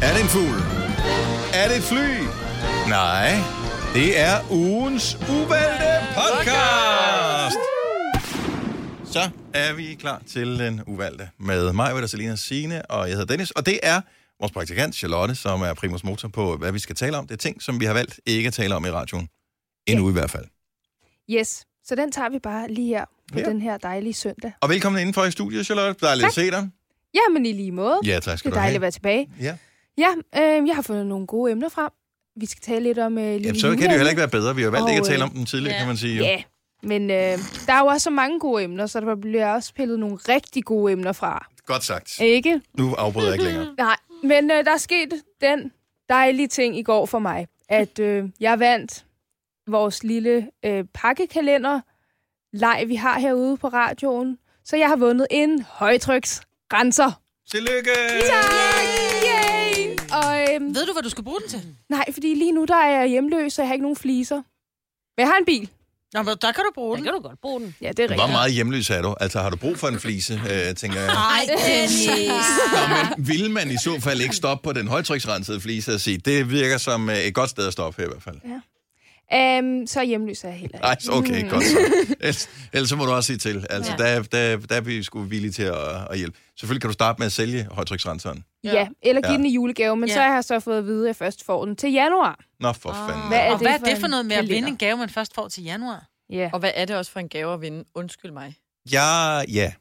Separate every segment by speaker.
Speaker 1: det en fugl? Er det et fly? Nej. Det er ugens uvalgte podcast. Så er vi klar til den uvalgte med mig, Vedder Selina Sine og jeg hedder Dennis. Og det er vores praktikant Charlotte, som er primus motor på, hvad vi skal tale om. Det er ting, som vi har valgt ikke at tale om i radioen. Endnu i hvert fald.
Speaker 2: Yes, så den tager vi bare lige her på
Speaker 1: Ja.
Speaker 2: ja. den her dejlige søndag.
Speaker 1: Og velkommen indenfor i studiet, Charlotte. Dejligt at se dig.
Speaker 2: Jamen i lige måde.
Speaker 1: Ja, tak
Speaker 2: det
Speaker 1: skal
Speaker 2: er
Speaker 1: du
Speaker 2: dejligt
Speaker 1: have.
Speaker 2: at være tilbage.
Speaker 1: Ja.
Speaker 2: Ja, øh, jeg har fundet nogle gode emner frem. Vi skal tale lidt om øh, lille
Speaker 1: Ja, så kan det jo
Speaker 2: juleemne.
Speaker 1: heller ikke være bedre. Vi har valgt
Speaker 2: Og,
Speaker 1: ikke at tale om
Speaker 2: øh,
Speaker 1: den tidligere,
Speaker 3: ja.
Speaker 1: kan man sige. jo.
Speaker 2: Ja, men øh, der er jo også så mange gode emner, så der bliver også pillet nogle rigtig gode emner fra.
Speaker 1: Godt sagt.
Speaker 2: Ikke?
Speaker 1: Nu afbryder jeg ikke længere.
Speaker 2: Nej, men øh, der er sket den dejlige ting i går for mig, at øh, jeg vandt vores lille øh, pakkekalender leg, vi har herude på radioen. Så jeg har vundet en højtryksrenser.
Speaker 1: Tillykke!
Speaker 2: Tak! Yay! Og øhm,
Speaker 3: Ved du, hvad du skal bruge den til?
Speaker 2: nej, fordi lige nu der er jeg hjemløs, så jeg har ikke nogen fliser. Men jeg har en bil.
Speaker 3: Nå, men der kan du bruge
Speaker 4: Der
Speaker 3: den.
Speaker 4: kan du godt bruge den.
Speaker 2: Ja, det er
Speaker 1: Hvor
Speaker 2: rigtigt.
Speaker 1: meget hjemløs er du? Altså, har du brug for en flise, øh, tænker jeg.
Speaker 3: Nej, Dennis.
Speaker 1: Nå, men vil man i så fald ikke stoppe på den højtryksrensede flise og sige, det virker som øh, et godt sted at stoppe her i hvert fald?
Speaker 2: Øhm, så hjemløs er jeg heller ikke. Mm.
Speaker 1: Nej, okay, godt så. Ellers, ellers så må du også sige til. Altså, ja. der, der, der er vi sgu villige til at, at hjælpe. Selvfølgelig kan du starte med at sælge højtryksrenseren.
Speaker 2: Ja,
Speaker 3: Ja.
Speaker 2: eller give
Speaker 1: Ja.
Speaker 2: ja. den i julegave, men
Speaker 3: Ja.
Speaker 2: ja. så har jeg så fået at vide, at jeg først får den til januar.
Speaker 1: Nå, for fanden.
Speaker 2: Hvad er
Speaker 3: Og
Speaker 2: det
Speaker 3: hvad er
Speaker 2: for
Speaker 3: det
Speaker 2: en
Speaker 3: for noget med at
Speaker 2: kalender?
Speaker 3: vinde en gave, man først får til januar?
Speaker 2: Ja.
Speaker 4: Og hvad er det også for en gave at vinde? Undskyld mig.
Speaker 1: Ja, ja.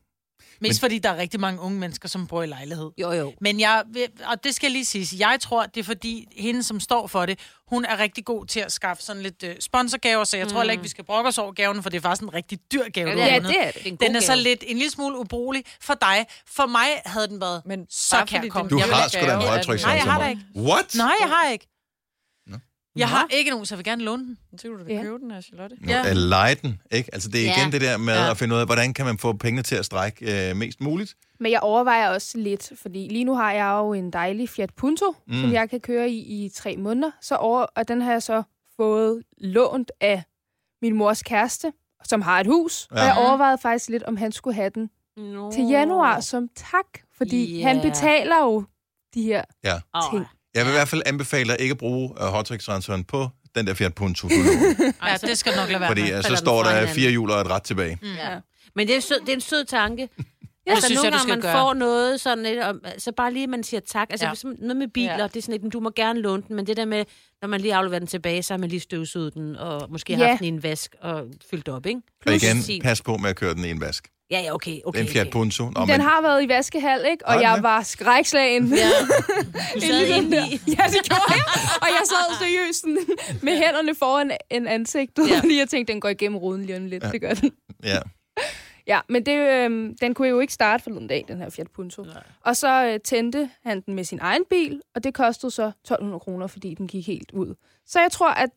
Speaker 3: Mest fordi der er rigtig mange unge mennesker, som bor i lejlighed.
Speaker 4: Jo, jo.
Speaker 3: Men jeg, vil- og det skal lige siges, jeg tror, det er fordi hende, som står for det, hun er rigtig god til at skaffe sådan lidt øh, sponsorgaver, så jeg mm. tror heller ikke, vi skal brokke os over gaven, for det er faktisk en rigtig dyr gave, du har
Speaker 2: Ja,
Speaker 3: vundet.
Speaker 2: det er det.
Speaker 4: en god
Speaker 3: Den er så
Speaker 4: gave.
Speaker 3: lidt en lille smule ubrugelig for dig. For mig havde den været Men
Speaker 4: Men
Speaker 3: så
Speaker 4: bare fordi
Speaker 3: kærkommen.
Speaker 1: Du
Speaker 4: Jeg vil
Speaker 1: har
Speaker 4: have
Speaker 1: sgu da
Speaker 4: gave,
Speaker 1: en
Speaker 4: at-
Speaker 1: højtryksrenser.
Speaker 3: Nej, jeg har da ikke.
Speaker 1: What?
Speaker 3: Nej, jeg har ikke.
Speaker 1: Nå.
Speaker 3: Jeg har ikke nogen, så jeg vil gerne låne den.
Speaker 4: Så kunne du da
Speaker 2: Ja.
Speaker 4: købe den af Charlotte.
Speaker 1: Nå,
Speaker 3: Ja.
Speaker 1: ja. lege den, ikke? Altså, det er igen
Speaker 4: Ja.
Speaker 1: det der med
Speaker 3: Ja.
Speaker 1: at finde ud af, hvordan kan man få pengene til at strække øh, mest muligt?
Speaker 2: Men jeg overvejer også lidt, fordi lige nu har jeg jo en dejlig Fiat Punto, mm. som jeg kan køre i i tre måneder. Så over, og den har jeg så fået lånt af min mors kæreste, som har et hus. Ja.
Speaker 1: Ja.
Speaker 2: Og jeg overvejede faktisk lidt, om han skulle have den
Speaker 4: No.
Speaker 2: til januar som tak, fordi
Speaker 4: Ja.
Speaker 2: yeah. han betaler jo de her ting.
Speaker 4: Oh,
Speaker 1: Jeg vil i hvert fald anbefale dig ikke at bruge øh, hottricksrenseren på den der Fiat Punto, du låner,
Speaker 3: Ja, det skal du nok lade være
Speaker 1: fordi
Speaker 3: med.
Speaker 1: øh, så
Speaker 5: falder den
Speaker 1: står
Speaker 5: fra
Speaker 1: der
Speaker 5: hinanden.
Speaker 1: fire hjul og et ret tilbage.
Speaker 5: Ja. Men det er, jo sød, det er en sød tanke. Ja,
Speaker 3: Det
Speaker 5: altså,
Speaker 3: synes
Speaker 5: nogle
Speaker 3: jeg, du
Speaker 5: gange,
Speaker 3: skal
Speaker 5: man
Speaker 3: gøre.
Speaker 5: får noget sådan lidt, om- så bare lige, man siger tak. Altså,
Speaker 3: Ja.
Speaker 5: ja. noget med biler,
Speaker 4: Ja.
Speaker 5: ja. det er sådan lidt, du må gerne låne den, men det der med, når man lige afleverer den tilbage, så har man lige støvsuget den, og måske
Speaker 2: Ja.
Speaker 5: ja. haft den i en vask og fyldt op, ikke?
Speaker 1: Og
Speaker 5: Plus
Speaker 1: igen,
Speaker 5: sin-
Speaker 1: pas på med at køre den i en vask.
Speaker 5: Ja, ja, okay, okay.
Speaker 1: Okay, en Fiat
Speaker 5: okay.
Speaker 1: Punto. Nå,
Speaker 2: Den
Speaker 1: men,
Speaker 2: har været i vaskehal, ikke?
Speaker 1: Har
Speaker 2: Og
Speaker 1: den
Speaker 2: jeg
Speaker 1: det?
Speaker 2: var skrækslagen. Ja.
Speaker 5: Du sad
Speaker 2: den
Speaker 5: inde
Speaker 2: der.
Speaker 5: i.
Speaker 2: Ja, det gjorde jeg. Og jeg sad seriøst sådan med hænderne foran en ansigtet,
Speaker 4: Ja.
Speaker 2: ja. fordi jeg tænkte, den går igennem ruden lige om lidt. Ja. Det gør den.
Speaker 1: ja.
Speaker 2: Ja, men det, øh, den kunne jo ikke starte forleden dag, den her Fiat Punto. Nej. Og så øh, tændte han den med sin egen bil, og det kostede så 1.200 kroner, fordi den gik helt ud. Så jeg tror, at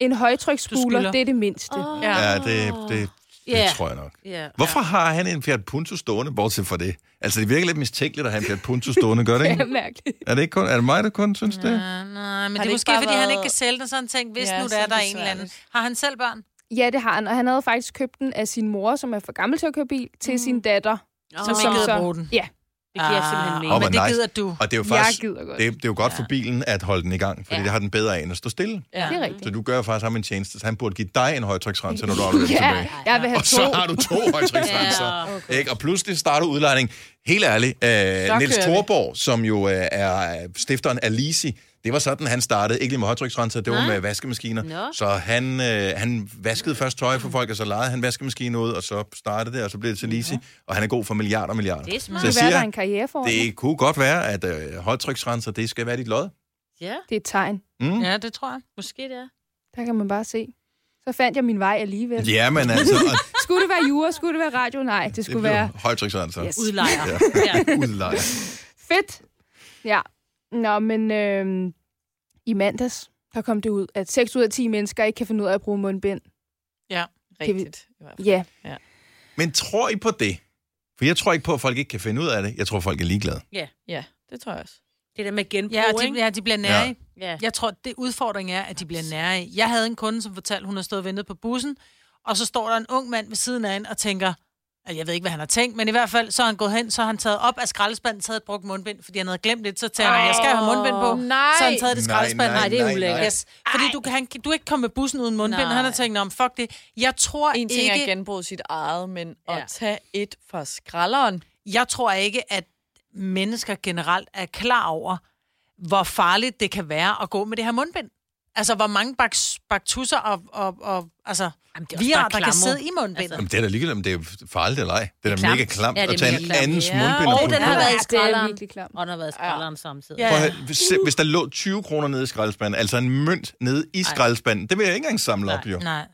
Speaker 2: en
Speaker 3: Du skylder.
Speaker 2: højtryksspuler, det er det mindste. Oh.
Speaker 5: Åh.
Speaker 3: Ja.
Speaker 1: ja, det, det, det
Speaker 5: Ja.
Speaker 1: tror jeg nok.
Speaker 5: Ja.
Speaker 1: Hvorfor har han en Fiat Punto stående, bortset fra det? Altså, det virker lidt mistænkeligt at have en Fiat Punto stående, gør det
Speaker 2: Det er
Speaker 1: ikke?
Speaker 2: mærkeligt.
Speaker 1: Er det, ikke kun, er det mig, der kun synes det?
Speaker 3: Nej, nej, men det, det er
Speaker 4: ikke
Speaker 3: måske,
Speaker 4: bare
Speaker 3: fordi
Speaker 4: været-
Speaker 3: han ikke kan sælge den sådan ting, hvis
Speaker 4: Ja,
Speaker 3: nu der
Speaker 4: så
Speaker 3: er
Speaker 4: er
Speaker 3: der
Speaker 4: det
Speaker 3: en eller anden.
Speaker 4: besværligt.
Speaker 3: Har han selv børn?
Speaker 2: Ja, det har han, og han havde faktisk købt den af sin mor, som er for gammel til at køre bil, til mm. sin datter.
Speaker 5: Åh,
Speaker 3: Som
Speaker 2: Og
Speaker 3: ikke
Speaker 2: som
Speaker 3: gider
Speaker 2: så-
Speaker 3: bruge den.
Speaker 2: Ja,
Speaker 5: Det giver simpelthen
Speaker 3: Ah,
Speaker 5: mening.
Speaker 1: Åh,
Speaker 3: Men
Speaker 1: hvor
Speaker 3: det
Speaker 1: nice.
Speaker 3: gider du.
Speaker 1: Og det er jo
Speaker 2: jeg
Speaker 1: faktisk...
Speaker 2: gider godt.
Speaker 1: Det, er- det er jo godt for bilen at holde den i gang, fordi
Speaker 4: Ja.
Speaker 1: det har den bedre af end at stå stille.
Speaker 4: Ja.
Speaker 2: Det er
Speaker 1: Så
Speaker 2: rigtigt.
Speaker 1: du gør faktisk ham en tjeneste, så han burde give dig en højtryksrenser, når du afleverer den tilbage.
Speaker 2: Ja, jeg vil have
Speaker 1: Og så har
Speaker 2: to.
Speaker 1: du to højtryksrenser. ja. ikke? Og pludselig starter udlejning. Helt ærligt, øh, Niels
Speaker 4: kører vi.
Speaker 1: Thorborg, som jo øh, er øh, stifteren af Lisi, det var sådan, han startede. Ikke lige med højtryksrenser, det var med vaskemaskiner.
Speaker 5: Nå.
Speaker 1: Så han, øh, han vaskede først tøj for folk, og så lejede han vaskemaskinen ud, og så startede det, og så blev det til Lisi. Og han er god for milliarder og milliarder.
Speaker 5: Det er smart.
Speaker 1: Så jeg
Speaker 2: Det kan være, der er
Speaker 1: siger,
Speaker 2: en karriere for det...
Speaker 1: det kunne godt være, at øh, højtryksrenser, det skal være dit lod.
Speaker 5: Ja,
Speaker 2: det er et tegn.
Speaker 1: Mm.
Speaker 3: Ja, det tror jeg.
Speaker 5: måske det er.
Speaker 2: Der kan man bare se. Så fandt jeg min vej alligevel.
Speaker 1: Ja, men altså, og
Speaker 2: Skulle det være jura? Skulle det være radio? Nej, det
Speaker 1: det
Speaker 2: skulle
Speaker 1: blev
Speaker 2: være...
Speaker 1: højtryksrenser.
Speaker 2: Yes.
Speaker 5: Udlejer.
Speaker 1: Ja.
Speaker 5: Ja.
Speaker 1: Udlejer.
Speaker 2: Fedt! Ja. Nå, men øh, i mandags, der kom det ud, at 6 ud af 10 mennesker ikke kan finde ud af at bruge mundbind.
Speaker 4: Rigtigt. i hvert fald.
Speaker 2: Ja.
Speaker 1: Men tror I på det? For jeg tror ikke på, at folk ikke kan finde ud af det. Jeg tror, folk er ligeglade.
Speaker 4: Ja, det tror jeg også.
Speaker 5: Det der med genbrug,
Speaker 3: Ja, og de,
Speaker 5: ikke?
Speaker 3: ja, de bliver nære. Ja.
Speaker 5: Ja.
Speaker 3: Jeg tror, det udfordring er, at de bliver nære. Jeg havde en kunde, som fortalte, hun har stået og ventet på bussen, og så står der en ung mand ved siden af hende og tænker, Altså, Jeg ved ikke, hvad han har tænkt, men i hvert fald, så er han gået hen, så har han taget op af skraldespanden, taget et brugt mundbind, fordi han havde glemt det, så tænkte han, jeg skal have mundbind på.
Speaker 2: nej.
Speaker 3: Så har han taget det i
Speaker 1: Nej,
Speaker 3: skraldespanden.
Speaker 1: nej, Nej, det er nej, ulækkert. nej.
Speaker 3: Yes. Fordi du, kan, han, du er ikke kommet med bussen uden mundbind.
Speaker 5: Nej.
Speaker 3: Han har tænkt, om fuck det. Jeg tror
Speaker 4: En ting er at
Speaker 3: ikke,
Speaker 4: genbruge sit eget, men ja.
Speaker 5: Ja.
Speaker 4: at tage et fra skralderen.
Speaker 3: jeg tror ikke, at mennesker generelt er klar over, hvor farligt det kan være at gå med det her mundbind. Altså, hvor mange baks, baktusser og, og, og altså,
Speaker 5: Jamen, det er også
Speaker 3: virer,
Speaker 5: bare
Speaker 3: der kan
Speaker 5: klammer.
Speaker 3: sidde i mundbindet.
Speaker 1: Jamen, det er da ligegyldigt, om det er farligt eller ej. Det er da
Speaker 5: klamt.
Speaker 1: mega klamt
Speaker 5: Ja, det
Speaker 1: at
Speaker 5: er
Speaker 1: tage
Speaker 5: mega
Speaker 1: en
Speaker 5: klamt.
Speaker 1: andens
Speaker 4: Ja.
Speaker 1: mundbind
Speaker 5: Og
Speaker 1: på.
Speaker 5: den har
Speaker 2: Ja,
Speaker 5: været i
Speaker 2: det er
Speaker 5: skralderen.
Speaker 2: virkelig klamt.
Speaker 5: Og den har været i skralderen samtidig.
Speaker 3: Ja.
Speaker 1: Prøv at høre, hvis, hvis der lå 20 kroner nede i skraldespanden, altså en mønt nede i skraldespanden, det vil jeg ikke engang samle op, jo.
Speaker 3: Nej.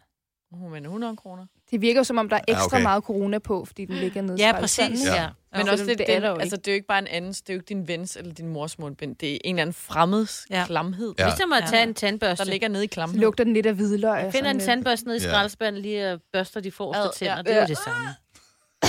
Speaker 4: Uh, men 100 kroner.
Speaker 2: Det virker som om, der er
Speaker 1: Ja,
Speaker 2: ekstra
Speaker 1: okay.
Speaker 2: meget corona på, fordi den ligger nede i
Speaker 3: Ja,
Speaker 2: skraldespanden,
Speaker 3: præcis.
Speaker 2: ikke?
Speaker 1: Ja.
Speaker 5: Ja.
Speaker 4: Men
Speaker 2: Ja.
Speaker 4: også
Speaker 2: Selvom
Speaker 4: det,
Speaker 2: det er
Speaker 4: det,
Speaker 2: der jo
Speaker 4: er
Speaker 2: ikke.
Speaker 4: altså, det er jo ikke bare en andens, det er jo ikke din vens eller din mors mundbind. Det er en eller anden fremmeds
Speaker 3: Ja.
Speaker 4: ja. klamhed,
Speaker 1: Ja.
Speaker 4: ja.
Speaker 5: Ligesom at tage en
Speaker 4: der
Speaker 5: tandbørste.
Speaker 4: ligger nede i klamheden.
Speaker 2: Lugter den lidt af hvidløg. og
Speaker 5: Finder
Speaker 2: sådan
Speaker 5: en
Speaker 2: lidt.
Speaker 5: tandbørste nede i
Speaker 1: Ja.
Speaker 5: skraldespanden, lige og børster de forreste
Speaker 4: Ad, ja.
Speaker 5: tænder. Det er jo det samme.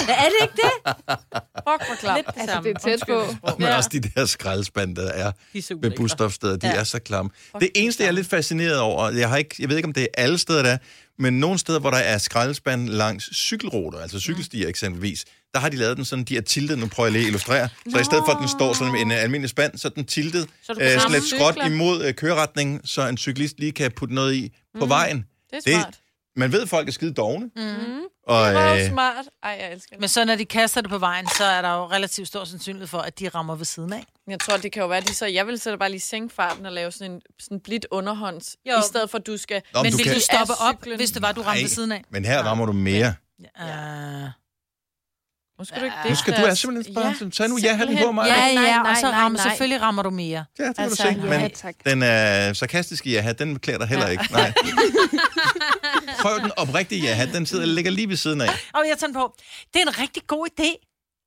Speaker 5: Ja, er det ikke det?
Speaker 4: Fuck, hvor klamt.
Speaker 5: Lidt det
Speaker 2: Altså,
Speaker 5: samme.
Speaker 2: det er tæt på.
Speaker 1: Men også de der skraldespande, der er
Speaker 5: De er så
Speaker 1: ved
Speaker 5: ulækre.
Speaker 1: busstofsteder, de
Speaker 5: Ja.
Speaker 1: er så klamme. Det eneste, jeg er lidt fascineret over, jeg, har ikke, jeg ved ikke, om det er alle steder, der er, men nogle steder, hvor der er skraldespande langs cykelruter, altså cykelstier eksempelvis, der har de lavet den sådan, de er tiltet, nu prøver jeg lige at illustrere, så i stedet for, at den står sådan med en øh, almindelig spand, så er den tiltet,
Speaker 5: Så du kan
Speaker 1: øh, sådan
Speaker 5: ramme
Speaker 1: lidt skråt
Speaker 4: cykler.
Speaker 1: imod øh, køreretningen, så en cyklist lige kan putte noget i på vejen.
Speaker 4: Det er smart.
Speaker 1: man ved, at folk er skide dogne,
Speaker 4: Mm.
Speaker 1: og
Speaker 4: Det var
Speaker 1: øh,
Speaker 4: jo smart. Ej, jeg elsker det.
Speaker 3: Men så når de kaster det på vejen, så er der jo relativt stor sandsynlighed for, at de rammer ved siden af.
Speaker 4: Men Jeg tror, det kan jo være, at de så... Jeg vil så da bare lige sænke farten og lave sådan en sådan blidt underhånds,
Speaker 3: Jo.
Speaker 4: jo. i stedet for, at du skal...
Speaker 1: Nå, men
Speaker 3: Men
Speaker 1: du
Speaker 3: vil
Speaker 1: kan-
Speaker 3: du stoppe
Speaker 4: Af
Speaker 3: op,
Speaker 4: cyklen.
Speaker 3: hvis det var, du ramte ved
Speaker 1: Nej.
Speaker 3: siden af?
Speaker 1: men her rammer du mere.
Speaker 3: Ja.
Speaker 4: Nu skal du ikke
Speaker 1: Nu
Speaker 4: det.
Speaker 1: skal du er simpelthen bare, ja, tag nu ja-hatten på mig.
Speaker 3: Ja,
Speaker 5: Nej, nej,
Speaker 3: ja, og så
Speaker 5: nej, nej,
Speaker 3: rammer,
Speaker 5: nej.
Speaker 3: selvfølgelig rammer du mere.
Speaker 1: Ja, det kan
Speaker 4: Altså,
Speaker 1: du se.
Speaker 2: Ja,
Speaker 1: Men
Speaker 2: tak.
Speaker 1: den øh, sarkastiske ja-hat, den klæder dig heller ikke. Nej. Prøv den oprigtige ja-hat, den sidder ligger lige ved siden af.
Speaker 3: Og jeg tænker på, det er en rigtig god idé.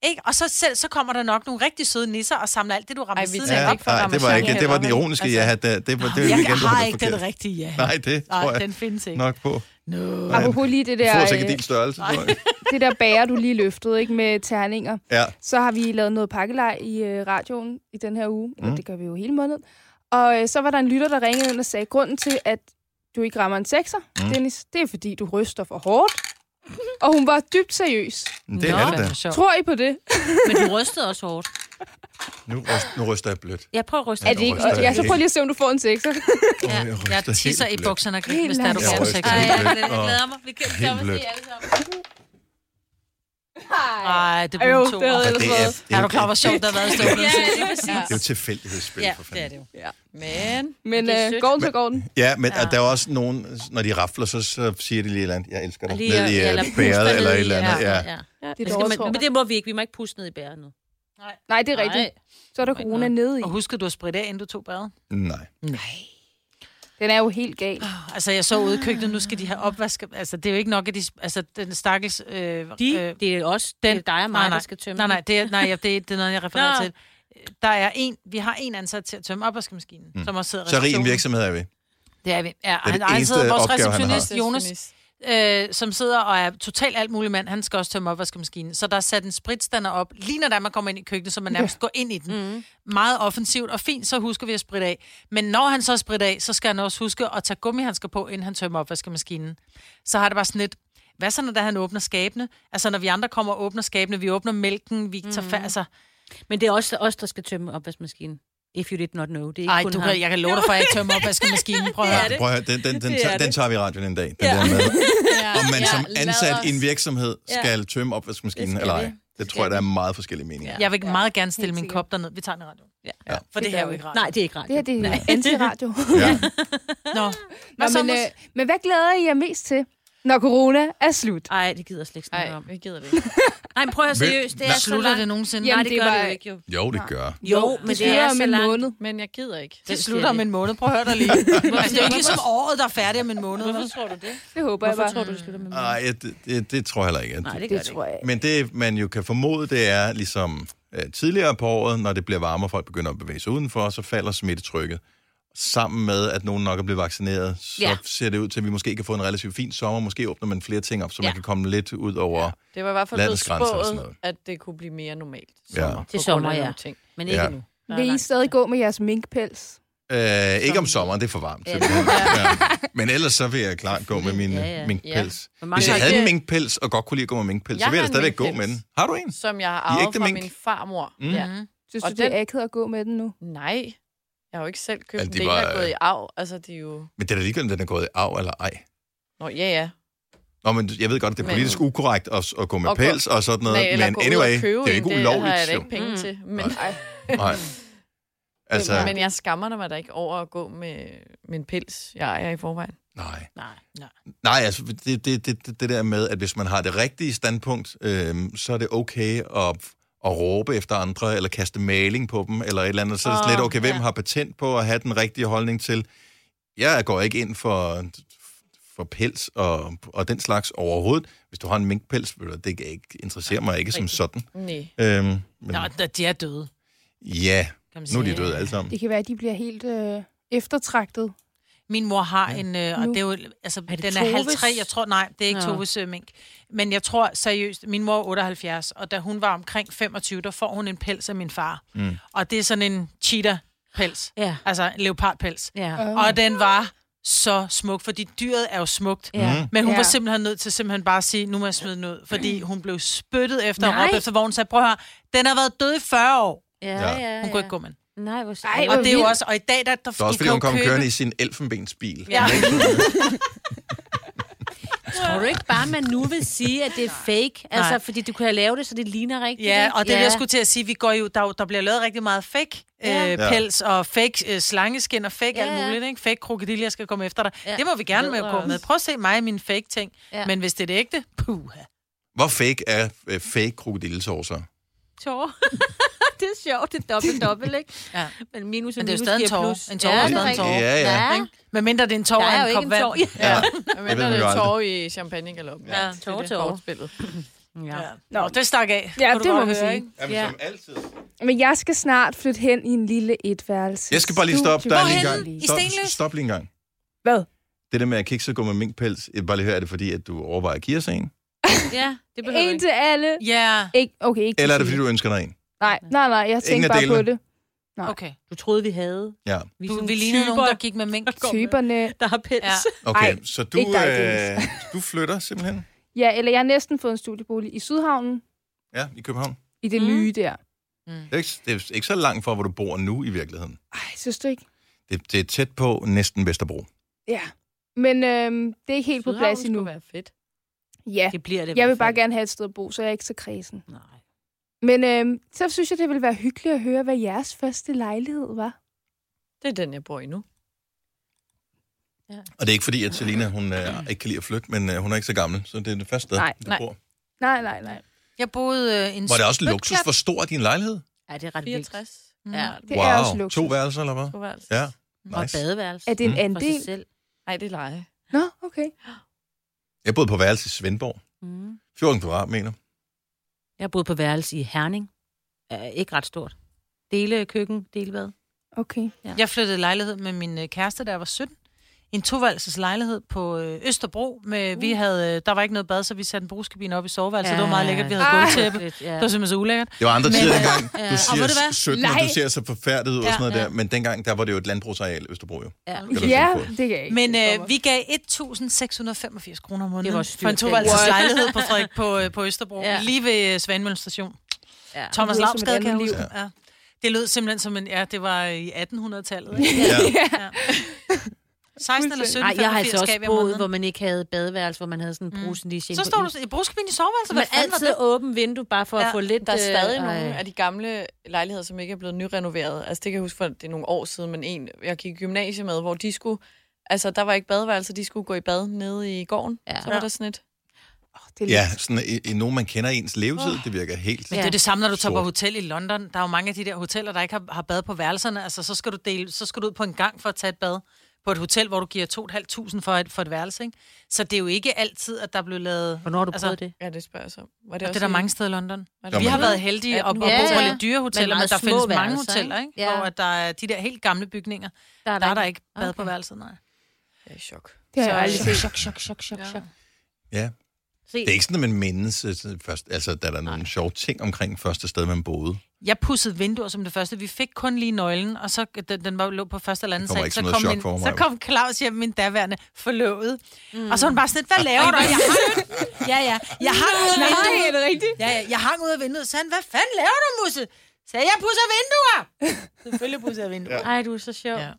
Speaker 3: Ikke? Og så, selv, så kommer der nok nogle rigtig søde nisser og samler alt det, du rammer
Speaker 4: Ej,
Speaker 3: ved
Speaker 4: vi
Speaker 3: siden
Speaker 4: tager
Speaker 3: af.
Speaker 1: Ja,
Speaker 4: ikke for at
Speaker 1: nej,
Speaker 4: ramme
Speaker 1: det var ikke.
Speaker 4: genren,
Speaker 1: Det var den
Speaker 4: vel?
Speaker 1: ironiske
Speaker 4: Altså.
Speaker 1: ja-hat. Det, det, var, det,
Speaker 3: Jeg
Speaker 1: igen, du
Speaker 3: har
Speaker 1: det
Speaker 3: ikke den
Speaker 1: forkert.
Speaker 3: rigtige, ja.
Speaker 1: Nej, det tror
Speaker 3: Nej,
Speaker 1: jeg
Speaker 3: den findes ikke.
Speaker 1: nok på.
Speaker 3: No.
Speaker 2: Apropos lige det der,
Speaker 1: Få sikkert
Speaker 2: øh,
Speaker 1: din størrelse. tror jeg.
Speaker 2: det der bager, du lige løftede ikke med terninger.
Speaker 1: Ja.
Speaker 2: Så har vi lavet noget pakkelej i øh, radioen i den her uge. Eller,
Speaker 1: Mm.
Speaker 2: Det gør vi jo hele måneden. Og øh, så var der en lytter, der ringede ind og sagde, grunden til, at du ikke rammer en sekser,
Speaker 1: Mm.
Speaker 2: Dennis, det er, fordi du ryster for hårdt. Og hun var dybt seriøs.
Speaker 1: Men Det er det da.
Speaker 2: Tror I på det?
Speaker 5: Men du rystede også hårdt.
Speaker 1: Nu, ryst, nu ryster jeg blødt.
Speaker 5: Jeg prøver at ryste.
Speaker 1: Ja,
Speaker 2: Er det ikke?
Speaker 1: ryster jeg
Speaker 2: Ja, så prøv
Speaker 1: ikke.
Speaker 2: lige at se, om du får en sekser.
Speaker 1: Åh, jeg ryster
Speaker 3: Jeg
Speaker 1: helt
Speaker 3: tisser i
Speaker 1: blødt.
Speaker 3: bukserne og griner, hvis der er du
Speaker 1: Jeg
Speaker 3: får
Speaker 1: ryster
Speaker 3: sex.
Speaker 1: helt blødt.
Speaker 5: jeg
Speaker 1: Åh.
Speaker 5: glæder mig. Vi kan
Speaker 1: Helt
Speaker 5: sammen
Speaker 1: blødt.
Speaker 5: sige alle sammen.
Speaker 3: Nej, det
Speaker 2: Øv,
Speaker 3: blev en
Speaker 2: det
Speaker 1: Ja,
Speaker 2: havde jeg
Speaker 3: toer.
Speaker 1: det er-
Speaker 2: ellers
Speaker 1: det
Speaker 3: Er du klar, hvor
Speaker 1: er-
Speaker 3: sjovt det har været at stå ved
Speaker 5: Ja,
Speaker 3: siden af?
Speaker 5: lige præcis.
Speaker 1: Det er jo et tilfældighedsspil,
Speaker 5: Ja,
Speaker 1: for
Speaker 5: det er
Speaker 1: fanden.
Speaker 5: det jo.
Speaker 4: Men...
Speaker 2: Men
Speaker 5: Det er
Speaker 2: øh,
Speaker 5: sødt.
Speaker 2: gården til gården.
Speaker 1: Ja, men ja. der er også nogen, når de rafler, så, så siger de lige et eller andet. Jeg elsker dig.
Speaker 5: Lige,
Speaker 1: Ned i
Speaker 5: ja,
Speaker 1: øh,
Speaker 5: eller puster
Speaker 1: bæret
Speaker 5: ned
Speaker 1: eller
Speaker 5: i,
Speaker 1: et eller andet. Ja.
Speaker 5: ja.
Speaker 2: Det er
Speaker 5: Skal man,
Speaker 2: dårligt.
Speaker 5: men det må vi ikke. Vi må ikke puste ned i bæret nu.
Speaker 2: Nej, det er rigtigt. Så er der corona nede i.
Speaker 3: Og husk, at du har spredt af, inden du tog badet.
Speaker 1: Nej.
Speaker 2: Den er jo helt gal.
Speaker 3: Altså, jeg
Speaker 5: Ah.
Speaker 3: så ude i køkkenet, nu skal de have opvask. Altså, det er jo ikke nok, at de... Altså, den stakkels... Øh,
Speaker 5: De,
Speaker 3: øh,
Speaker 5: det er også den, det er dig og mig,
Speaker 3: nej, nej.
Speaker 5: der skal tømme
Speaker 3: nej, nej, det er, nej jeg- det, er- det er noget, jeg refererer
Speaker 5: Nå.
Speaker 3: til. Der er en, vi har en ansat til at tømme opvaskemaskinen, mm. som også sidder i
Speaker 1: Så rig en
Speaker 3: receptionen.
Speaker 1: virksomhed er vi.
Speaker 3: Det er vi. Ja,
Speaker 1: det
Speaker 3: han, han
Speaker 1: eneste
Speaker 3: sidder, vores
Speaker 1: opgave, han
Speaker 3: receptionist,
Speaker 1: har.
Speaker 3: Jonas, øh, som sidder og er totalt alt mulig mand, han skal også tømme opvaskemaskinen. Så der er sat en spritstander op, lige når der man kommer ind i køkkenet, så man nærmest går ind i den. Mm. Meget offensivt og fint, så husker vi at spritte af. Men når han så er spritte af, så skal han også huske at tage gummihandsker på, inden han tømmer opvaskemaskinen. Så har det bare sådan lidt, hvad så, når der han åbner skabene? Altså, når vi andre kommer og åbner skabene, vi åbner mælken, vi tager fat, altså...
Speaker 5: Men det er også os, der skal tømme opvaskemaskinen. If you did not know. Det er ikke
Speaker 3: Ej,
Speaker 5: kun
Speaker 3: du
Speaker 5: ham.
Speaker 3: kan, jeg kan love dig for, at jeg ikke tømmer opvaskemaskinen. Prøv at høre.
Speaker 1: Ja, prøv at høre, den, den, den,
Speaker 5: Det er
Speaker 1: tager, den
Speaker 5: det.
Speaker 1: tager vi i radioen en dag, den ja. der med. Om man som
Speaker 4: lad
Speaker 1: ansat
Speaker 4: os.
Speaker 1: i en virkshed
Speaker 5: Ja.
Speaker 1: skal tømme opvaskemaskinen
Speaker 5: Det skal
Speaker 1: eller
Speaker 5: vi.
Speaker 1: ej. Det tror jeg, der er meget forskellige meninger. Ja.
Speaker 3: Jeg vil meget gerne stille
Speaker 2: Helt
Speaker 3: min
Speaker 2: sikkert.
Speaker 3: kop derned. Vi tager den i radioen.
Speaker 5: Ja.
Speaker 1: Ja.
Speaker 3: For det,
Speaker 2: Det
Speaker 3: her er
Speaker 2: gør
Speaker 3: jo
Speaker 2: vi.
Speaker 3: ikke radio.
Speaker 5: Nej, det er ikke
Speaker 2: Det
Speaker 5: radio.
Speaker 2: her, det er anti-radio.
Speaker 1: Ja.
Speaker 3: Nå,
Speaker 2: Nå,
Speaker 3: Hvad så,
Speaker 2: men,
Speaker 3: Mus?
Speaker 2: øh, men hvad glæder I jer mest til, når corona er slut?
Speaker 5: Ej, det gider jeg slet ikke snakke
Speaker 4: Ej,
Speaker 5: om.
Speaker 4: vi gider det.
Speaker 5: Nej, men prøv at høre,
Speaker 1: Hvem-
Speaker 5: seriøst. Det
Speaker 1: Nå.
Speaker 5: er så
Speaker 3: Slutter det
Speaker 5: langt.
Speaker 3: nogensinde?
Speaker 5: Nej,
Speaker 2: Jamen,
Speaker 5: det
Speaker 2: det
Speaker 5: gør
Speaker 2: var-
Speaker 5: det jo ikke, jo.
Speaker 1: Jo, det gør.
Speaker 5: Jo, men det,
Speaker 2: slutter
Speaker 5: er
Speaker 2: om
Speaker 5: så
Speaker 2: en
Speaker 5: langt.
Speaker 2: måned.
Speaker 4: Men jeg gider ikke.
Speaker 3: Det
Speaker 5: Det
Speaker 3: slutter
Speaker 5: siger
Speaker 3: om
Speaker 5: de.
Speaker 3: en måned. Prøv at høre dig lige. altså, det er jo ikke ligesom året, der er færdigt om en måned.
Speaker 4: Hvorfor
Speaker 3: vel?
Speaker 4: tror du det?
Speaker 2: Det håber jeg
Speaker 5: Hvorfor
Speaker 2: bare.
Speaker 5: tror du, det slutter med måned?
Speaker 1: Ej, det, det, det tror jeg heller ikke.
Speaker 5: Nej, det gør
Speaker 2: det
Speaker 5: det ikke.
Speaker 2: tror jeg ikke.
Speaker 1: Men det, man jo kan formode, det er ligesom øh, tidligere på året, når det bliver varmere, og folk begynder at bevæge sig udenfor, så falder smittetrykket. Sammen med, at nogen nok er blevet vaccineret, så
Speaker 5: Ja.
Speaker 1: ser det ud til, at vi måske kan få en relativt fin sommer. Måske åbner man flere ting op, så
Speaker 5: Ja.
Speaker 1: man kan komme lidt ud over...
Speaker 4: Det var i hvert fald blevet
Speaker 1: Landets grænser og sådan
Speaker 4: spået, at det kunne blive mere normalt.
Speaker 1: Ja.
Speaker 4: Sommer,
Speaker 5: Til
Speaker 4: på
Speaker 5: sommer,
Speaker 4: grund af
Speaker 5: ja.
Speaker 4: nogle ting.
Speaker 5: Men ikke
Speaker 1: Ja.
Speaker 5: nu.
Speaker 2: Vil I stadig gå med jeres minkpels?
Speaker 1: Øh, ikke om sommeren, det er for varmt. simpelthen. Ja. Men ellers så vil jeg klart gå med min,
Speaker 5: Ja, ja.
Speaker 1: min
Speaker 4: Ja.
Speaker 1: pels.
Speaker 5: Hvor mange
Speaker 1: Hvis jeg
Speaker 5: gange-
Speaker 1: havde en minkpels, og godt kunne lide at gå med minkpels,
Speaker 4: Jeg
Speaker 1: så ville jeg
Speaker 4: har
Speaker 1: da
Speaker 4: en
Speaker 1: stadigvæk gå med
Speaker 4: minkpels.
Speaker 1: den. Har du en?
Speaker 4: som jeg har
Speaker 1: I
Speaker 4: arvet
Speaker 1: ægte
Speaker 4: fra
Speaker 1: mink?
Speaker 4: min farmor.
Speaker 1: Mm.
Speaker 4: Ja.
Speaker 2: Synes
Speaker 4: Og
Speaker 2: du, det er akavet at gå med den nu?
Speaker 4: Nej, jeg har jo ikke selv købt
Speaker 1: Altså,
Speaker 4: altså,
Speaker 1: de
Speaker 4: det, var...
Speaker 1: var,
Speaker 4: det er
Speaker 1: øh,
Speaker 4: gået i arv. Altså, det er jo...
Speaker 1: Men det er da ligegyldigt, om den er gået i arv eller ej.
Speaker 4: Nå, ja, ja.
Speaker 1: Nå, men jeg ved godt, det er
Speaker 4: Men-
Speaker 1: politisk ukorrekt at, at gå med
Speaker 4: Og gå-
Speaker 1: pels og sådan noget,
Speaker 4: Nej, eller
Speaker 1: men
Speaker 4: gå ud og
Speaker 1: anyway, det
Speaker 4: købe
Speaker 1: er jo
Speaker 4: en,
Speaker 1: ikke
Speaker 4: Det har
Speaker 1: ulovligt.
Speaker 4: jeg da
Speaker 1: jo.
Speaker 4: ikke penge
Speaker 5: Mm.
Speaker 4: til. Men,
Speaker 1: Nej. Altså,
Speaker 4: men jeg skammer mig da ikke over at gå med min pels, jeg ejer i forvejen.
Speaker 1: nej.
Speaker 3: Nej, nej.
Speaker 1: Nej, altså det, det, det, det- det der med, at hvis man har det rigtige standpunkt, øhm, så er det okay at, at råbe efter andre, eller kaste maling på dem, eller et eller andet. Så er det sådan
Speaker 3: Åh,
Speaker 1: lidt, okay, hvem
Speaker 3: ja.
Speaker 1: har patent på at have den rigtige holdning til? Jeg går ikke ind for, for pels og, og den slags overhovedet. Hvis du har en minkpels, ved du, det kan ikke interessere mig ikke som sådan.
Speaker 4: Nej.
Speaker 1: Øhm, men,
Speaker 3: Nå, da de er døde,
Speaker 1: ja,
Speaker 3: kan man
Speaker 1: nu er
Speaker 3: sige.
Speaker 1: de døde alle sammen.
Speaker 2: Det kan være, at de bliver helt øh, eftertragtet.
Speaker 3: Min mor har
Speaker 1: Ja.
Speaker 3: ja. en, øh, og
Speaker 2: Nu.
Speaker 3: det er jo, altså, er
Speaker 5: det
Speaker 3: den er
Speaker 5: Toves?
Speaker 3: halv tre, jeg tror, nej, det er ikke
Speaker 5: Nå.
Speaker 3: Toves øh, mink. Men jeg tror seriøst, min mor er 78, og da hun var omkring 25, der får hun en pels af min far.
Speaker 1: Mm.
Speaker 3: Og det er sådan en cheetah-pels,
Speaker 5: Ja.
Speaker 3: altså en leopardpels.
Speaker 5: Ja.
Speaker 2: Åh.
Speaker 3: Og den var så smuk, fordi dyret er jo smukt.
Speaker 5: Ja.
Speaker 1: Mm.
Speaker 3: Men hun
Speaker 2: Ja.
Speaker 3: ja. var simpelthen nødt til simpelthen bare at sige, nu må jeg smide den ud, fordi hun blev spyttet efter og
Speaker 5: Nej.
Speaker 3: råbt efter vognen, så prøv at høre, den har været død i 40 år.
Speaker 5: Ja,
Speaker 1: Ja.
Speaker 5: ja, ja.
Speaker 3: Hun kunne ikke gå med den.
Speaker 5: Nej, hvor
Speaker 2: Ej,
Speaker 3: Og
Speaker 2: hvor
Speaker 3: det er jo
Speaker 2: vildt.
Speaker 3: også, og i dag, der, der
Speaker 1: Det er også, fordi hun kom kørende i sin elfenbensbil.
Speaker 3: Ja.
Speaker 5: Tror du ikke bare, man nu vil sige, at det er fake? Altså,
Speaker 3: Nej.
Speaker 5: fordi du kunne have lavet det, så det ligner rigtigt.
Speaker 3: Ja,
Speaker 5: ikke?
Speaker 3: og det er det, jeg skulle til at sige, vi går jo, der, er jo- der bliver lavet rigtig meget fake
Speaker 5: Ja.
Speaker 3: øh, pels og fake øh, slangeskin og fake
Speaker 5: Ja,
Speaker 3: ja, alt
Speaker 5: ja.
Speaker 3: muligt, ikke? Fake krokodil, jeg skal komme efter dig.
Speaker 5: Ja.
Speaker 3: Ja. Det må vi gerne med
Speaker 4: Læder
Speaker 3: gå
Speaker 4: også.
Speaker 3: med. Prøv at se mig og mine fake ting.
Speaker 5: Ja.
Speaker 3: Ja. Men hvis det er det ægte, puha.
Speaker 1: Hvor fake er øh, fake krokodillesårser?
Speaker 5: tårer. det er sjovt, det er dobbelt, dobbelt, ikke?
Speaker 3: Ja.
Speaker 5: Men minus
Speaker 3: Men
Speaker 5: og
Speaker 3: det er jo
Speaker 5: minus
Speaker 3: stadig en
Speaker 5: giver
Speaker 3: tåre.
Speaker 5: plus.
Speaker 3: En tåre
Speaker 5: ja,
Speaker 3: er
Speaker 5: det
Speaker 3: stadig en
Speaker 5: rigtigt.
Speaker 3: tåre.
Speaker 1: Ja, ja.
Speaker 5: ja.
Speaker 3: Men mindre det er en
Speaker 5: Der
Speaker 3: tår
Speaker 5: er
Speaker 3: og
Speaker 5: jo
Speaker 3: en
Speaker 5: ikke
Speaker 3: kop
Speaker 5: en
Speaker 3: vand.
Speaker 5: tår.
Speaker 1: Ja.
Speaker 4: Men
Speaker 1: ved
Speaker 4: der
Speaker 1: man jo
Speaker 4: er
Speaker 1: aldrig.
Speaker 4: tårer i champagne eller
Speaker 5: Ja, tåretårer.
Speaker 4: kortspillet.
Speaker 5: Ja.
Speaker 3: Ja. Nå, det stak af.
Speaker 2: Ja,
Speaker 3: Kunne du
Speaker 2: det må
Speaker 3: godt
Speaker 2: man
Speaker 3: høre,
Speaker 2: sige.
Speaker 3: ikke?
Speaker 1: Jamen,
Speaker 5: Ja.
Speaker 1: som altid.
Speaker 2: Men jeg skal snart flytte hen i en lille etværelse.
Speaker 1: Jeg skal bare lige stoppe dig lige en
Speaker 3: Hvorhenne?
Speaker 1: gang.
Speaker 3: I
Speaker 1: Stop,
Speaker 3: Stenløse?
Speaker 1: stop lige en gang.
Speaker 2: Hvad?
Speaker 1: Det der med at kikse gå med minkpels, jeg vil bare lige høre, er det fordi, at du overvejer at give os en?
Speaker 5: ja, det behøver
Speaker 2: En
Speaker 5: ikke.
Speaker 2: til alle.
Speaker 3: Ja,
Speaker 2: Ikke, okay, ikke til
Speaker 1: Eller er det fordi,
Speaker 2: Signe.
Speaker 1: du ønsker dig en?
Speaker 2: Nej, nej, nej, jeg tænkte
Speaker 1: af
Speaker 2: bare på
Speaker 1: delene.
Speaker 2: det.
Speaker 3: okay.
Speaker 5: Du troede, vi havde.
Speaker 1: Ja.
Speaker 5: Vi, er
Speaker 3: Du,
Speaker 5: sådan
Speaker 3: vi ligner nogen, der
Speaker 5: Ligesom typer,
Speaker 3: gik med mink.
Speaker 5: går med.
Speaker 2: Typerne.
Speaker 5: der har pels.
Speaker 3: Ja.
Speaker 1: Okay,
Speaker 2: Ej,
Speaker 1: så du,
Speaker 2: ikke dig,
Speaker 1: øh, du flytter simpelthen?
Speaker 2: Ja, eller jeg har næsten fået en studiebolig i Sydhavnen,
Speaker 1: Ja, i København.
Speaker 2: i det
Speaker 5: Mm.
Speaker 2: mm. nye der.
Speaker 1: Det er, ikke, det er ikke så langt fra, hvor du bor nu i virkeligheden.
Speaker 2: Ej, synes du ikke?
Speaker 1: Det, det er tæt på næsten Vesterbro.
Speaker 2: Ja. Men øhm, det er ikke helt på plads endnu.
Speaker 4: være fedt.
Speaker 2: Ja,
Speaker 5: Det bliver det. i
Speaker 2: jeg vil
Speaker 5: hvert
Speaker 2: bare
Speaker 5: fald.
Speaker 2: gerne have et sted at bo, så jeg er ikke så kredsen.
Speaker 5: Nej.
Speaker 2: Men øhm, så synes jeg, det ville være hyggeligt at høre, hvad jeres første lejlighed var.
Speaker 4: Det er den, jeg bor i nu.
Speaker 1: Og det er ikke fordi, at Selina hun, øh, ikke kan lide at flytte, men øh, hun er ikke så gammel, så det er det første sted,
Speaker 2: Nej,
Speaker 1: du
Speaker 4: nej.
Speaker 1: bor.
Speaker 2: Nej, nej, nej.
Speaker 3: Jeg boede øh, en
Speaker 1: Var det også
Speaker 3: spytklat.
Speaker 1: luksus? Hvor stor er din lejlighed?
Speaker 5: Ja, det er ret vildt.
Speaker 4: 64.
Speaker 3: Mm.
Speaker 5: Ja.
Speaker 2: Det er også luksus.
Speaker 1: to værelser eller hvad? Ja,
Speaker 5: Og
Speaker 1: nice.
Speaker 5: badeværelse.
Speaker 2: Er det en
Speaker 1: Mm.
Speaker 5: For sig
Speaker 2: andel?
Speaker 5: selv.
Speaker 4: Nej, det er leje.
Speaker 2: Nå, okay.
Speaker 1: Jeg boede på værelse i Svendborg.
Speaker 5: Mm.
Speaker 1: 14 kvadratmeter.
Speaker 5: Jeg boede på værelse i Herning. Uh, ikke ret stort. Dele køkken, dele bad.
Speaker 2: Okay.
Speaker 3: Jeg flyttede i lejlighed med min øh, kæreste, da jeg var 17. En toværelses lejlighed på øh, Østerbro. Med, vi havde, øh, der var ikke noget bad, så vi satte en brugskabine op i soveværelset. Ja. Altså, Det var meget lækkert, vi havde
Speaker 5: Uh. Ja,
Speaker 3: gulvtæppe.
Speaker 5: det var fedt, Ah. Ja.
Speaker 3: Det var simpelthen så ulækkert.
Speaker 1: Det var andre
Speaker 3: Men,
Speaker 1: tider
Speaker 3: øh,
Speaker 1: dengang.
Speaker 5: ja.
Speaker 1: Du
Speaker 5: Og
Speaker 1: siger
Speaker 3: ved du hvad?
Speaker 1: 17, og du
Speaker 2: Nej.
Speaker 1: ser så forfærdet ud og
Speaker 3: Ja,
Speaker 1: sådan noget
Speaker 5: ja.
Speaker 1: der. Men dengang, der var det jo et landbrugsareal i Østerbro jo.
Speaker 5: Ja.
Speaker 1: Kan du
Speaker 2: Ja,
Speaker 1: finde på?
Speaker 2: det kan jeg ikke.
Speaker 3: Men
Speaker 2: øh,
Speaker 3: øh, vi gav 1.685 kroner om
Speaker 5: Det var
Speaker 3: måneden
Speaker 5: styrt
Speaker 3: for en
Speaker 5: penge.
Speaker 3: toværelses
Speaker 5: What?
Speaker 3: lejlighed på, Frederik, på, øh, på Østerbro.
Speaker 5: Ja.
Speaker 3: Ja. Lige ved øh, Svanemøllen station.
Speaker 5: Ja.
Speaker 3: Thomas
Speaker 2: Det lyder som et
Speaker 3: Lavsgade, kan jeg
Speaker 2: andet
Speaker 3: huske. Ja. Det lød simpelthen som en... Ja, det var i 1800-tallet. ikke?
Speaker 1: Ja.
Speaker 3: Ja. 16 eller 17,
Speaker 5: Nej, jeg har altså også
Speaker 3: gav vi om
Speaker 5: boet,
Speaker 3: måneden.
Speaker 5: hvor man ikke havde badeværelse, hvor man havde sådan en brusen lige
Speaker 3: Mm. Så står du i brugskabinen i soveværelset. Hvad
Speaker 5: Men
Speaker 3: fanden var
Speaker 5: altid
Speaker 3: det?
Speaker 5: åbent vindue, bare for ja, at
Speaker 3: Ja,
Speaker 5: få lidt...
Speaker 4: Der er stadig
Speaker 5: øh,
Speaker 4: nogle
Speaker 5: ej.
Speaker 4: af de gamle lejligheder, som ikke er blevet nyrenoveret. Altså, det kan jeg huske, for det er nogle år siden, men en, jeg gik i gymnasiet med, hvor de skulle... Altså, der var ikke badeværelser, de skulle gå i bad nede i gården.
Speaker 5: Ja.
Speaker 4: Ja. Så var der sådan et...
Speaker 2: Åh, det er lidt-
Speaker 1: Ja, sådan i, i nogen, man kender ens levetid, det virker helt...
Speaker 3: Men det er det samme, når du tager på
Speaker 1: Sort.
Speaker 3: hotel i London. Der er jo mange af de der hoteller, der ikke har, har bad på værelserne. Altså, så skal, du dele, så skal du ud på en gang for at tage et bad på et hotel, hvor du giver 2.500 for et, for et værelse. Ikke? Så det er jo ikke altid, at der blev lavet...
Speaker 5: Hvornår har du
Speaker 3: altså,
Speaker 5: prøvet det?
Speaker 4: Ja, det spørger jeg så. om. Var
Speaker 3: Det er
Speaker 4: også
Speaker 3: der
Speaker 4: i-
Speaker 3: mange steder i London.
Speaker 4: var det
Speaker 1: Nå,
Speaker 3: Vi
Speaker 1: men-
Speaker 3: har været heldige at, at
Speaker 4: Ja,
Speaker 3: bo på
Speaker 4: ja.
Speaker 3: lidt dyre hoteller,
Speaker 5: Men
Speaker 3: men,
Speaker 5: meget
Speaker 3: der
Speaker 5: små
Speaker 3: findes mange
Speaker 5: værelser,
Speaker 3: hoteller,
Speaker 5: ikke?
Speaker 3: ikke?
Speaker 5: Ja.
Speaker 3: Ja. hvor at der er de der helt gamle bygninger.
Speaker 5: Der er
Speaker 3: Der er der ikke bad
Speaker 5: Okay.
Speaker 3: på værelset, nej.
Speaker 4: Jeg er i chok.
Speaker 2: Det har jeg
Speaker 3: Så-
Speaker 2: aldrig set.
Speaker 5: Chok, chok, chok, chok,
Speaker 4: Ja.
Speaker 5: chok.
Speaker 1: Ja,
Speaker 5: Se,
Speaker 1: Det er ikke sådan, at man mindes øh, sådan først, altså, der er der nogle sjove ting omkring første sted, man boede.
Speaker 3: Jeg pudsede vinduer som det første. Vi fik kun lige nøglen, og så øh, den, den var lå på første eller anden
Speaker 1: Der kommer
Speaker 3: sal.
Speaker 1: ikke
Speaker 3: Så
Speaker 1: sådan noget
Speaker 3: kom,
Speaker 1: chok
Speaker 3: min,
Speaker 1: for mig,
Speaker 3: så
Speaker 1: vel?
Speaker 3: kom Claus hjem, min daværende forlovede. Mm. Og så var han bare sådan lidt, hvad laver du? Og Jeg hang, ja, ja. Jeg hang ud af
Speaker 2: Nej, er
Speaker 3: vinduet.
Speaker 2: det rigtigt?
Speaker 3: Ja, ja. Jeg hang ud af vinduet. Så sagde han, hvad fanden laver du, Musse? Så jeg pusser vinduer. Selvfølgelig pusser jeg vinduer. Ja.
Speaker 5: Ej, du er så sjov.
Speaker 3: Ja.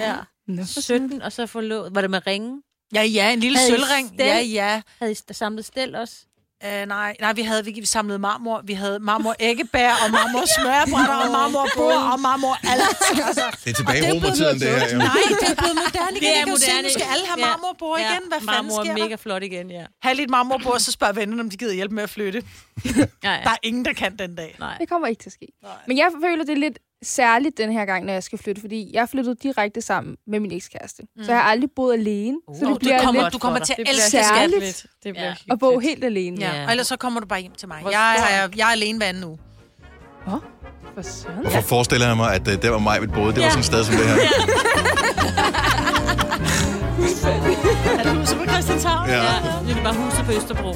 Speaker 5: Ja. ja.
Speaker 2: Nå,
Speaker 5: 17, og så forlod. Var det med ringen?
Speaker 3: Ja, ja, en lille
Speaker 5: Havde I
Speaker 3: sølvring.
Speaker 5: stel?
Speaker 3: Ja, ja.
Speaker 5: Havde I st- samlet stel også?
Speaker 3: Uh, nej, nej, vi havde vi, vi samlede marmor. Vi havde marmor æggebær, og marmor smørbrætter, og marmor bord, og marmor alt. Altså,
Speaker 1: Det er tilbage i
Speaker 3: det
Speaker 1: romertiden, det her. Jo.
Speaker 3: Nej, det er blevet moderne igen.
Speaker 5: Det
Speaker 3: Det
Speaker 5: er
Speaker 3: er moderne.
Speaker 5: moderne.
Speaker 3: Nu skal alle have
Speaker 5: Ja.
Speaker 3: marmorbord ja. igen. Hvad fanden
Speaker 5: marmor
Speaker 3: sker
Speaker 5: er mega
Speaker 3: der?
Speaker 5: flot igen, ja.
Speaker 3: Have lidt marmorbord, så spørger vennerne, om de gider hjælpe med at flytte.
Speaker 5: Nej,
Speaker 3: Der er ingen, der kan den dag.
Speaker 5: nej.
Speaker 2: Det kommer ikke til at ske. Men jeg føler, det er lidt særligt den her gang, når jeg skal flytte, fordi jeg flyttede direkte sammen med min ekskæreste. Mm. Så jeg har aldrig boet alene. Uh, så
Speaker 5: Nå,
Speaker 2: det
Speaker 5: det
Speaker 2: bliver
Speaker 5: kommer
Speaker 2: lidt
Speaker 5: godt
Speaker 3: du kommer
Speaker 5: for
Speaker 3: til
Speaker 4: Det
Speaker 3: at
Speaker 4: bliver
Speaker 3: elske det, skat.
Speaker 2: særligt.
Speaker 4: hyggeligt. Det bliver ja.
Speaker 5: Ja. Og
Speaker 4: hyggeligt.
Speaker 2: at bo helt alene.
Speaker 5: Ja.
Speaker 3: Ja. Og ellers så kommer du bare hjem til mig.
Speaker 4: Hvor
Speaker 3: Jeg er,
Speaker 4: stærkt.
Speaker 3: jeg er alene hver nu.
Speaker 2: For søren.
Speaker 1: Hvorfor forestiller jeg mig, at øh, der var mig, mit boede, det var sådan et sted som det her?
Speaker 5: Er det huset på Christianshavn?
Speaker 1: Ja.
Speaker 5: Nu er det bare huset på Østerbro.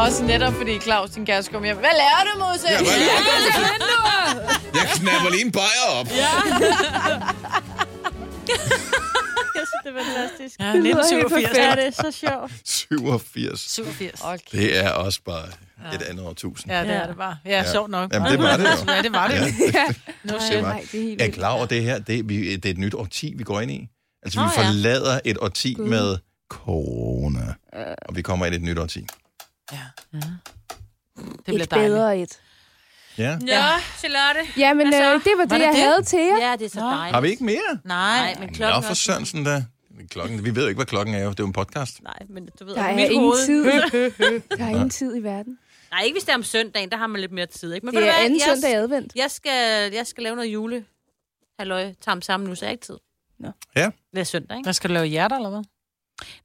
Speaker 4: Også netop fordi Claus, din kæreste, kom hjem. Hvad lærer du, Musse?
Speaker 1: Ja, hvad? Jeg knapper lige en bajer op.
Speaker 5: Jeg synes, det er fantastisk.
Speaker 3: Ja,
Speaker 2: lyder helt
Speaker 3: 1987.
Speaker 5: Ja,
Speaker 2: perfekt.
Speaker 5: det er så sjovt.
Speaker 1: 87.
Speaker 3: 87.
Speaker 4: Okay.
Speaker 1: Det er også bare et andet årtusind.
Speaker 3: Ja, det
Speaker 5: Ja.
Speaker 3: er det bare. Ja, sjovt nok.
Speaker 1: Jamen, det var det jo.
Speaker 3: Ja, det var det.
Speaker 1: Ja.
Speaker 3: Nu
Speaker 1: Det var-
Speaker 2: Nej, det er helt
Speaker 1: Jeg er
Speaker 2: vildt.
Speaker 1: klar over det her. Det, er- vi, det er et nyt årti, vi går ind i. Altså, vi
Speaker 5: Nå, ja.
Speaker 1: forlader et årti med corona.
Speaker 5: Øh.
Speaker 1: Og vi kommer ind i et nyt årti.
Speaker 3: det bliver
Speaker 2: et
Speaker 3: dejligt.
Speaker 2: bedre et.
Speaker 1: Ja.
Speaker 5: Ja, Charlotte.
Speaker 2: Ja, men øh, det var det,
Speaker 3: det
Speaker 2: jeg
Speaker 3: det?
Speaker 2: havde til jer.
Speaker 5: Ja, Altså, det er så dejligt.
Speaker 1: Har vi ikke mere?
Speaker 3: Nej,
Speaker 5: Nej, men
Speaker 1: Nå,
Speaker 5: klokken
Speaker 1: for
Speaker 5: også-
Speaker 1: Sørensen da. Klokken, vi ved jo ikke, hvad klokken er. jo. Det er jo en podcast.
Speaker 5: Nej, men du ved,
Speaker 2: Der
Speaker 5: i
Speaker 2: er
Speaker 5: mit
Speaker 2: ingen
Speaker 5: hoved.
Speaker 2: tid. Der er ingen tid i verden.
Speaker 5: Nej, ikke hvis det er om søndagen, der har man lidt mere tid. Ikke? Men
Speaker 2: Det
Speaker 5: ved du
Speaker 2: er
Speaker 5: hvad,
Speaker 2: anden
Speaker 5: jeg,
Speaker 2: søndag i advent.
Speaker 5: Jeg skal, jeg skal lave noget jule. Halløj, tam sammen nu, så jeg har ikke tid.
Speaker 2: Nå.
Speaker 1: Ja.
Speaker 5: Det er søndag, ikke?
Speaker 3: Hvad skal du lave hjerter, eller hvad?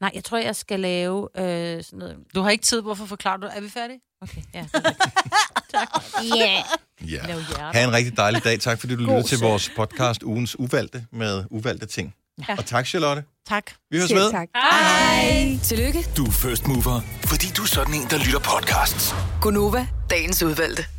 Speaker 5: Nej, jeg tror, jeg skal lave øh, sådan noget.
Speaker 3: Du har ikke tid. Hvorfor forklarer du? Er vi færdige?
Speaker 5: Okay, ja. det er rigtigt. tak. Yeah.
Speaker 1: Ja.
Speaker 5: Lave hjerter.
Speaker 1: Ha' en rigtig dejlig dag. Tak fordi du lyttede til vores podcast Ugens Uvalgte med uvalgte ting.
Speaker 3: Ja.
Speaker 1: Og tak, Charlotte.
Speaker 3: Tak.
Speaker 1: Vi høres
Speaker 2: Selv
Speaker 1: ved.
Speaker 2: tak.
Speaker 6: Tillykke,
Speaker 7: Du er first mover, fordi du er sådan en, der lytter podcasts.
Speaker 6: Gunova, dagens udvalgte.